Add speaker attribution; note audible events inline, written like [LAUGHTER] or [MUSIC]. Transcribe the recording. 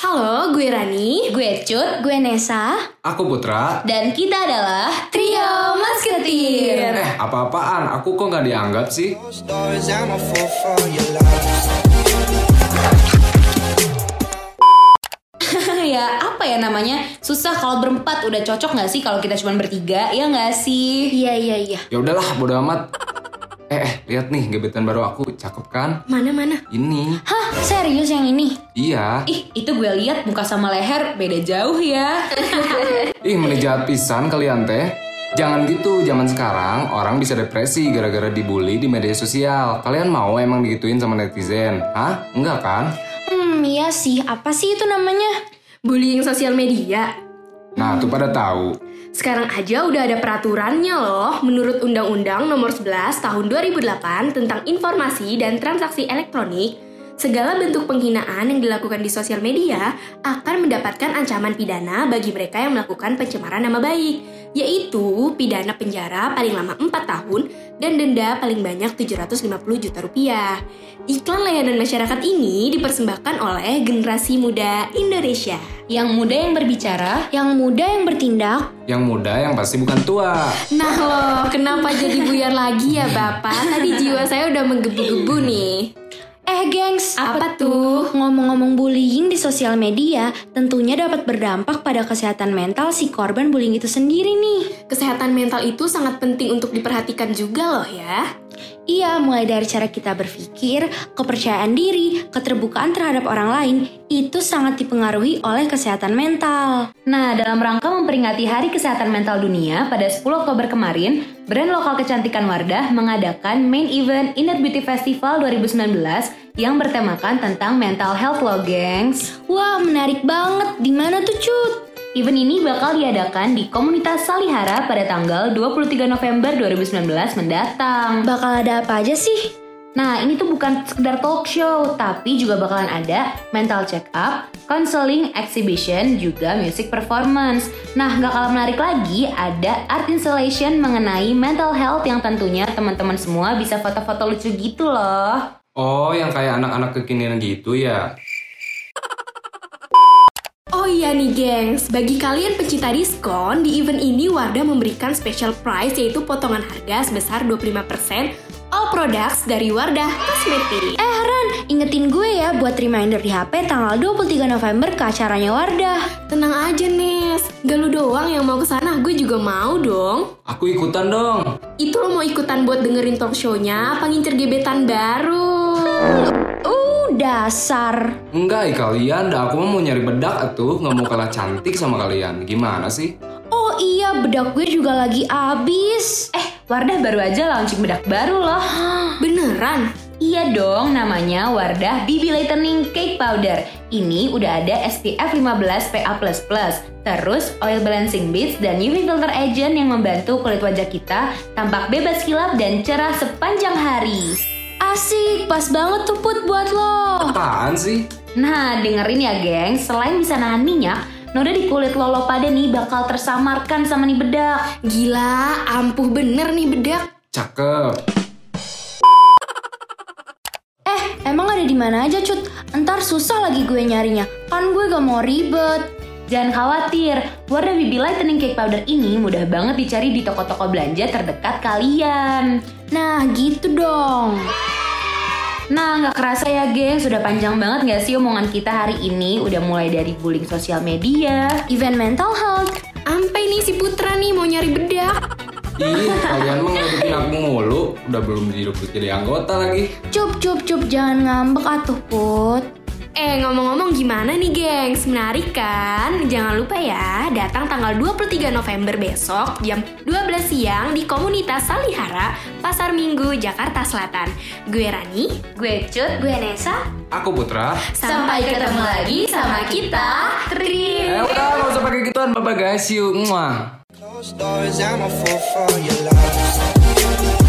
Speaker 1: Halo, gue Rani,
Speaker 2: Gue Cut
Speaker 1: gue Nesa,
Speaker 3: Aku Putra.
Speaker 2: dan kita adalah
Speaker 1: Trio Masketir.
Speaker 3: Eh, apa-apaan? Aku kok nggak dianggap sih?
Speaker 4: Stories, I'm a fool for your love.
Speaker 2: [LAUGHS] ya apa ya namanya susah kalau berempat udah cocok nggak sih kalau kita cuma bertiga ya nggak sih?
Speaker 1: Iya, iya, iya.
Speaker 3: Ya udahlah, bodo amat. Eh, eh, lihat nih gebetan baru aku, cakep kan?
Speaker 1: Mana mana?
Speaker 3: Ini,
Speaker 1: Hah, serius yang ini?
Speaker 3: iya.
Speaker 2: Ih itu gue lihat muka sama leher beda jauh ya.
Speaker 3: Ih, menijat pisan kalian teh. Jangan gitu, zaman sekarang orang bisa depresi gara-gara dibully di media sosial. Kalian mau emang digituin sama netizen? Hah? Enggak kan?
Speaker 1: [LAUGHS] Hmm, iya sih. Apa sih itu namanya? Bullying sosial media.
Speaker 3: Nah, tuh pada tahu.
Speaker 1: Sekarang aja udah ada peraturannya loh. Menurut Undang-Undang Nomor 11 Tahun 2008 tentang Informasi dan Transaksi Elektronik, segala bentuk penghinaan yang dilakukan di sosial media akan mendapatkan ancaman pidana bagi mereka yang melakukan pencemaran nama baik, yaitu pidana penjara paling lama 4 tahun dan denda paling banyak 750 juta rupiah. Iklan layanan masyarakat ini dipersembahkan oleh generasi muda Indonesia.
Speaker 2: Yang muda yang berbicara
Speaker 1: Yang muda yang bertindak
Speaker 3: Yang muda yang pasti bukan tua.
Speaker 1: Nah loh, kenapa jadi buyar lagi ya Bapak? Tadi jiwa saya udah menggebu-gebu nih.
Speaker 5: Eh gengs,
Speaker 1: Apa tuh?
Speaker 5: Ngomong-ngomong bullying di sosial media tentunya dapat berdampak pada kesehatan mental si korban bullying itu sendiri nih.
Speaker 1: Kesehatan mental itu sangat penting untuk diperhatikan juga loh ya.
Speaker 5: Iya, mulai dari cara kita berpikir, kepercayaan diri, keterbukaan terhadap orang lain, itu sangat dipengaruhi oleh kesehatan mental.
Speaker 2: Nah, dalam rangka memperingati Hari Kesehatan Mental Dunia pada 10 Oktober kemarin, brand lokal kecantikan Wardah mengadakan main event Inner Beauty Festival 2019 yang bertemakan tentang mental health lo, gengs.
Speaker 5: Wah, menarik banget. Di mana tuh, Cut?
Speaker 2: Event ini bakal diadakan di komunitas Salihara pada tanggal 23 November 2019 mendatang.
Speaker 5: Bakal ada apa aja sih?
Speaker 2: Nah, ini tuh bukan sekedar talk show, tapi juga bakalan ada mental check up, counseling, exhibition, juga music performance. Nah, nggak kalah menarik lagi, ada art installation mengenai mental health yang tentunya teman-teman semua bisa foto-foto lucu gitu loh.
Speaker 3: Oh, yang kayak anak-anak kekinian gitu ya?
Speaker 1: Oh iya nih gengs, bagi kalian pecinta diskon, di event ini Wardah memberikan special price yaitu potongan harga sebesar 25% all products dari Wardah Cosmetic.
Speaker 5: Eh, Ran, ingetin gue ya buat reminder di HP tanggal 23 November ke acaranya Wardah.
Speaker 1: Tenang aja Nes, gak lu doang yang mau kesana, gue juga mau dong.
Speaker 3: Aku ikutan dong.
Speaker 1: Itu lo mau ikutan buat dengerin talk show-nya apa ngincer gebetan baru?
Speaker 5: Uh, dasar.
Speaker 3: Enggak, ih, kalian. Dah aku mah mau nyari bedak atuh, nggak mau kalah cantik sama kalian. Gimana sih?
Speaker 5: Oh iya, bedak gue juga lagi abis.
Speaker 2: Eh, Wardah baru aja launching bedak baru loh.
Speaker 1: Beneran?
Speaker 2: Iya dong, namanya Wardah BB Lightening Cake Powder. Ini udah ada SPF 15 PA++, terus oil balancing beads dan UV filter agent yang membantu kulit wajah kita tampak bebas kilap dan cerah sepanjang hari.
Speaker 5: Asik, pas banget tuh Put buat lo.
Speaker 3: Apaan sih?
Speaker 2: Nah, dengerin ya geng, selain bisa nahan minyak, noda di kulit lolo pada nih bakal tersamarkan sama nih bedak.
Speaker 1: Gila, ampuh bener nih bedak.
Speaker 3: Cakep.
Speaker 5: Eh, emang ada di mana aja Cut? Entar susah lagi gue nyarinya. Kan gue gak mau ribet.
Speaker 2: Jangan khawatir, Wardah BB Lightening Cake Powder ini mudah banget dicari di toko-toko belanja terdekat kalian.
Speaker 5: Nah, gitu dong.
Speaker 2: Nah, nggak kerasa ya, geng. Sudah panjang banget nggak sih omongan kita hari ini? Udah mulai dari bullying sosial media.
Speaker 5: Event mental health.
Speaker 1: Ampe nih si Putra nih mau nyari bedak.
Speaker 3: Ih, kalian mah ngikutin aku mulu. Udah belum jadi jadi anggota lagi.
Speaker 5: Cup, cup, cup, jangan ngambek atuh Put.
Speaker 1: Eh ngomong-ngomong gimana nih gengs, menarik kan? Jangan lupa ya, datang tanggal 23 November besok jam 12 siang di komunitas Salihara, Pasar Minggu, Jakarta Selatan. Gue Rani,
Speaker 2: Gue Cut.
Speaker 5: Gue Nesa.
Speaker 3: Aku Putra.
Speaker 1: sampai ketemu lagi sama kita, Tri.
Speaker 3: Eh, udah, nggak usah pakai gituan. Bye-bye guys, see you. Mwah.
Speaker 4: Those stories, I'm a fool for your love.